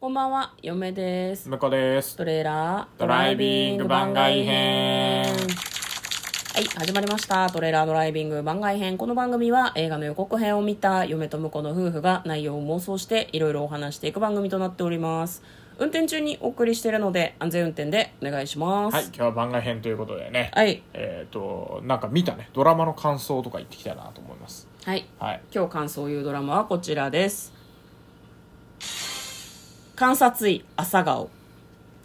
こんばんは、嫁です。向こうですトレーラードドライビング番外編はい、始まりました。トレーラードライビング番外編。この番組は映画の予告編を見た嫁と婿の夫婦が内容を妄想していろいろお話していく番組となっております。運転中にお送りしているので安全運転でお願いします。はい今日は番外編ということでね、はい。えっ、となんか見たねドラマの感想とか言ってきたいなと思いますはい。はい今日感想を言うドラマはこちらです。観察医朝顔。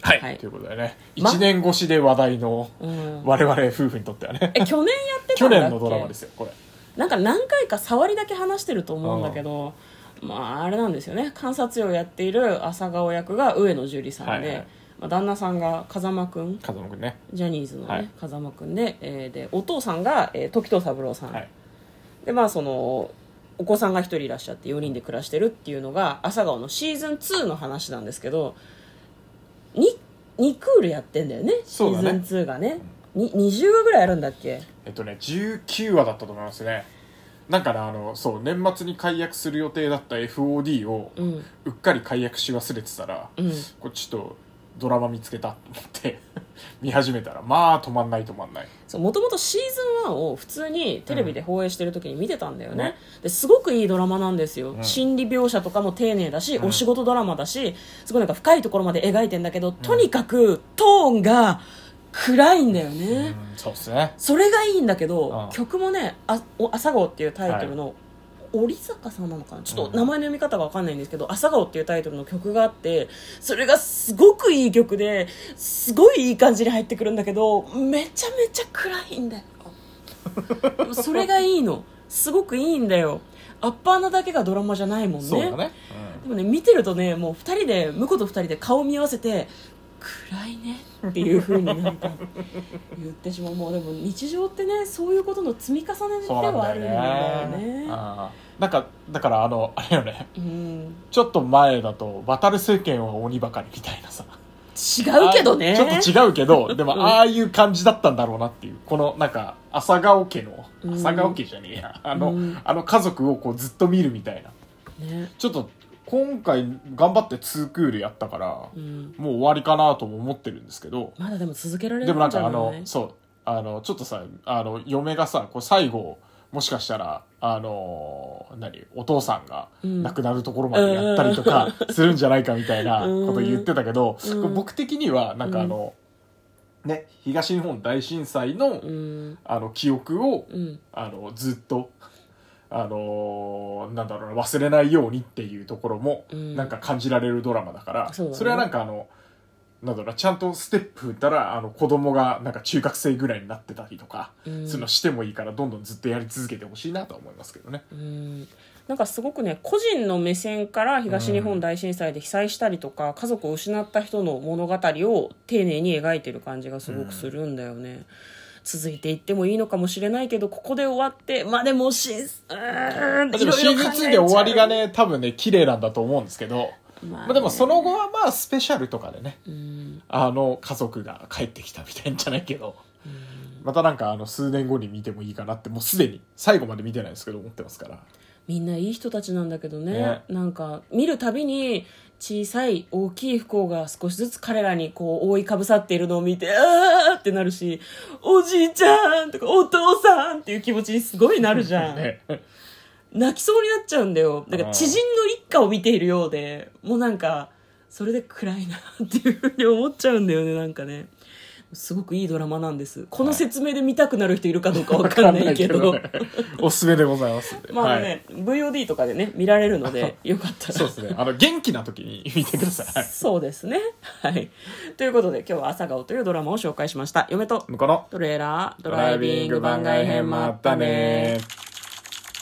はい、はいということでねま1年越しで話題のうん我々夫婦にとって はねえ、去年やってた去んだっけ年のドラマですよこれなんか何回か触りだけ話してると思うんだけど、まああれなんですよね観察用をやっている朝顔役が上野樹里さんで、はいはいまあ、旦那さんが風間くん風間くんねジャニーズの、ねはい風間くんで,、えーでお父さんが、えー時藤三郎さん、はいでまあそのお子さんが一人いらっしゃって4人で暮らしてるっていうのが朝顔のシーズン2の話なんですけどに2クールやってんだよねシそうだねーズン2がねに20話ぐらいあるんだっけえっとね19話だったと思いますねなんかねあのそう年末に解約する予定だった FOD をうんうっかり解約し忘れてたら、うんこれちょっとドラマ見つけたと思って見始めたらまあ止まんない止まんないそうもともとシーズン1を普通にテレビで放映してる時に見てたんだよね、ですごくいいドラマなんですよ、ん心理描写とかも丁寧だし、うんお仕事ドラマだしすごいなんか深いところまで描いてんだけど、とにかくトーンが暗いんだよね、うんそうっすねそれがいいんだけど、ああ曲もね「あお朝顔」っていうタイトルの、織坂さんなのかなちょっと名前の読み方が分かんないんですけど「朝顔」っていうタイトルの曲があってそれがすごくいい曲ですごいいい感じに入ってくるんだけどめちゃめちゃ暗いんだよで もそれがいいのすごくいいんだよアッパーなだけがドラマじゃないもんそうだねでもね見てるとねもう2人で婿と2人で顔見合わせて暗いねっていうふうになん か言ってしまうもうでも日常ってねそういうことの積み重ねうん、でそうはあなるんんだだよよねねあーなんかだからあのあれよねうんちょっと前だと「渡る世間は鬼ばかり」みたいなさ違うけどねあーちょっと違うけどでも、うんああいう感じだったんだろうなっていうこのなんか朝顔家のうん朝顔家じゃねえやあの,、うんあの家族をこうずっと見るみたいなねちょっと今回頑張って2クールやったから、うん、もう終わりかなとも思ってるんですけど、まだでも続けられでるもなんじゃかなあいのそうあのちょっとさあの嫁がさこう最後もしかしたらあの何お父さんがうん亡くなるところまでやったりとかするんじゃないかみたいなうんこと言ってたけど、うんこれ僕的にはなんかあの、ね東日本大震災の,、うんあの記憶をうんあのずっと。あのーなんだろうな忘れないようにっていうところもうんなんか感じられるドラマだから、そうだねそれはなんかあのなんだろうなちゃんとステップ踏んだらあの子供がなんか中学生ぐらいになってたりとか、うんそういうのしてもいいからどんどんずっとやり続けてほしいなとは思いますけどね。うんなんかすごくね個人の目線から東日本大震災で被災したりとか、家族を失った人の物語を丁寧に描いてる感じがすごくするんだよね、続いていってもいいのかもしれないけどここで終わってまあでもしうーんまあでもシーズン2で終わりがいろいろ考えちゃね多分ね綺麗なんだと思うんですけど、うまあねまあ、でもその後はまあスペシャルとかでねうんあの家族が帰ってきたみたいんじゃないけど、またなんかあの数年後に見てもいいかなってもうすでに最後まで見てないですけど思ってますから。みんないい人たちなんだけどねねなんか見るたびに小さい大きい不幸が少しずつ彼らにこう覆いかぶさっているのを見てあーってなるしおじいちゃんとかお父さんっていう気持ちにすごいなるじゃん、 ね泣きそうになっちゃうんだよなんか知人の一家を見ているようでもうなんかそれで暗いなっていうふうに思っちゃうんだよねなんかねすごくいいドラマなんですこの説明で見たくなる人いるかどうかわかんないけどわかんないけどね おすすめでございますんでまあはいね、VOD とかでね見られるのでよかったらそうですねあの元気な時に見てくださいそうですねはいということで今日は「朝顔」というドラマを紹介しました嫁と向こうのトレーラードライビング番外編もあったねー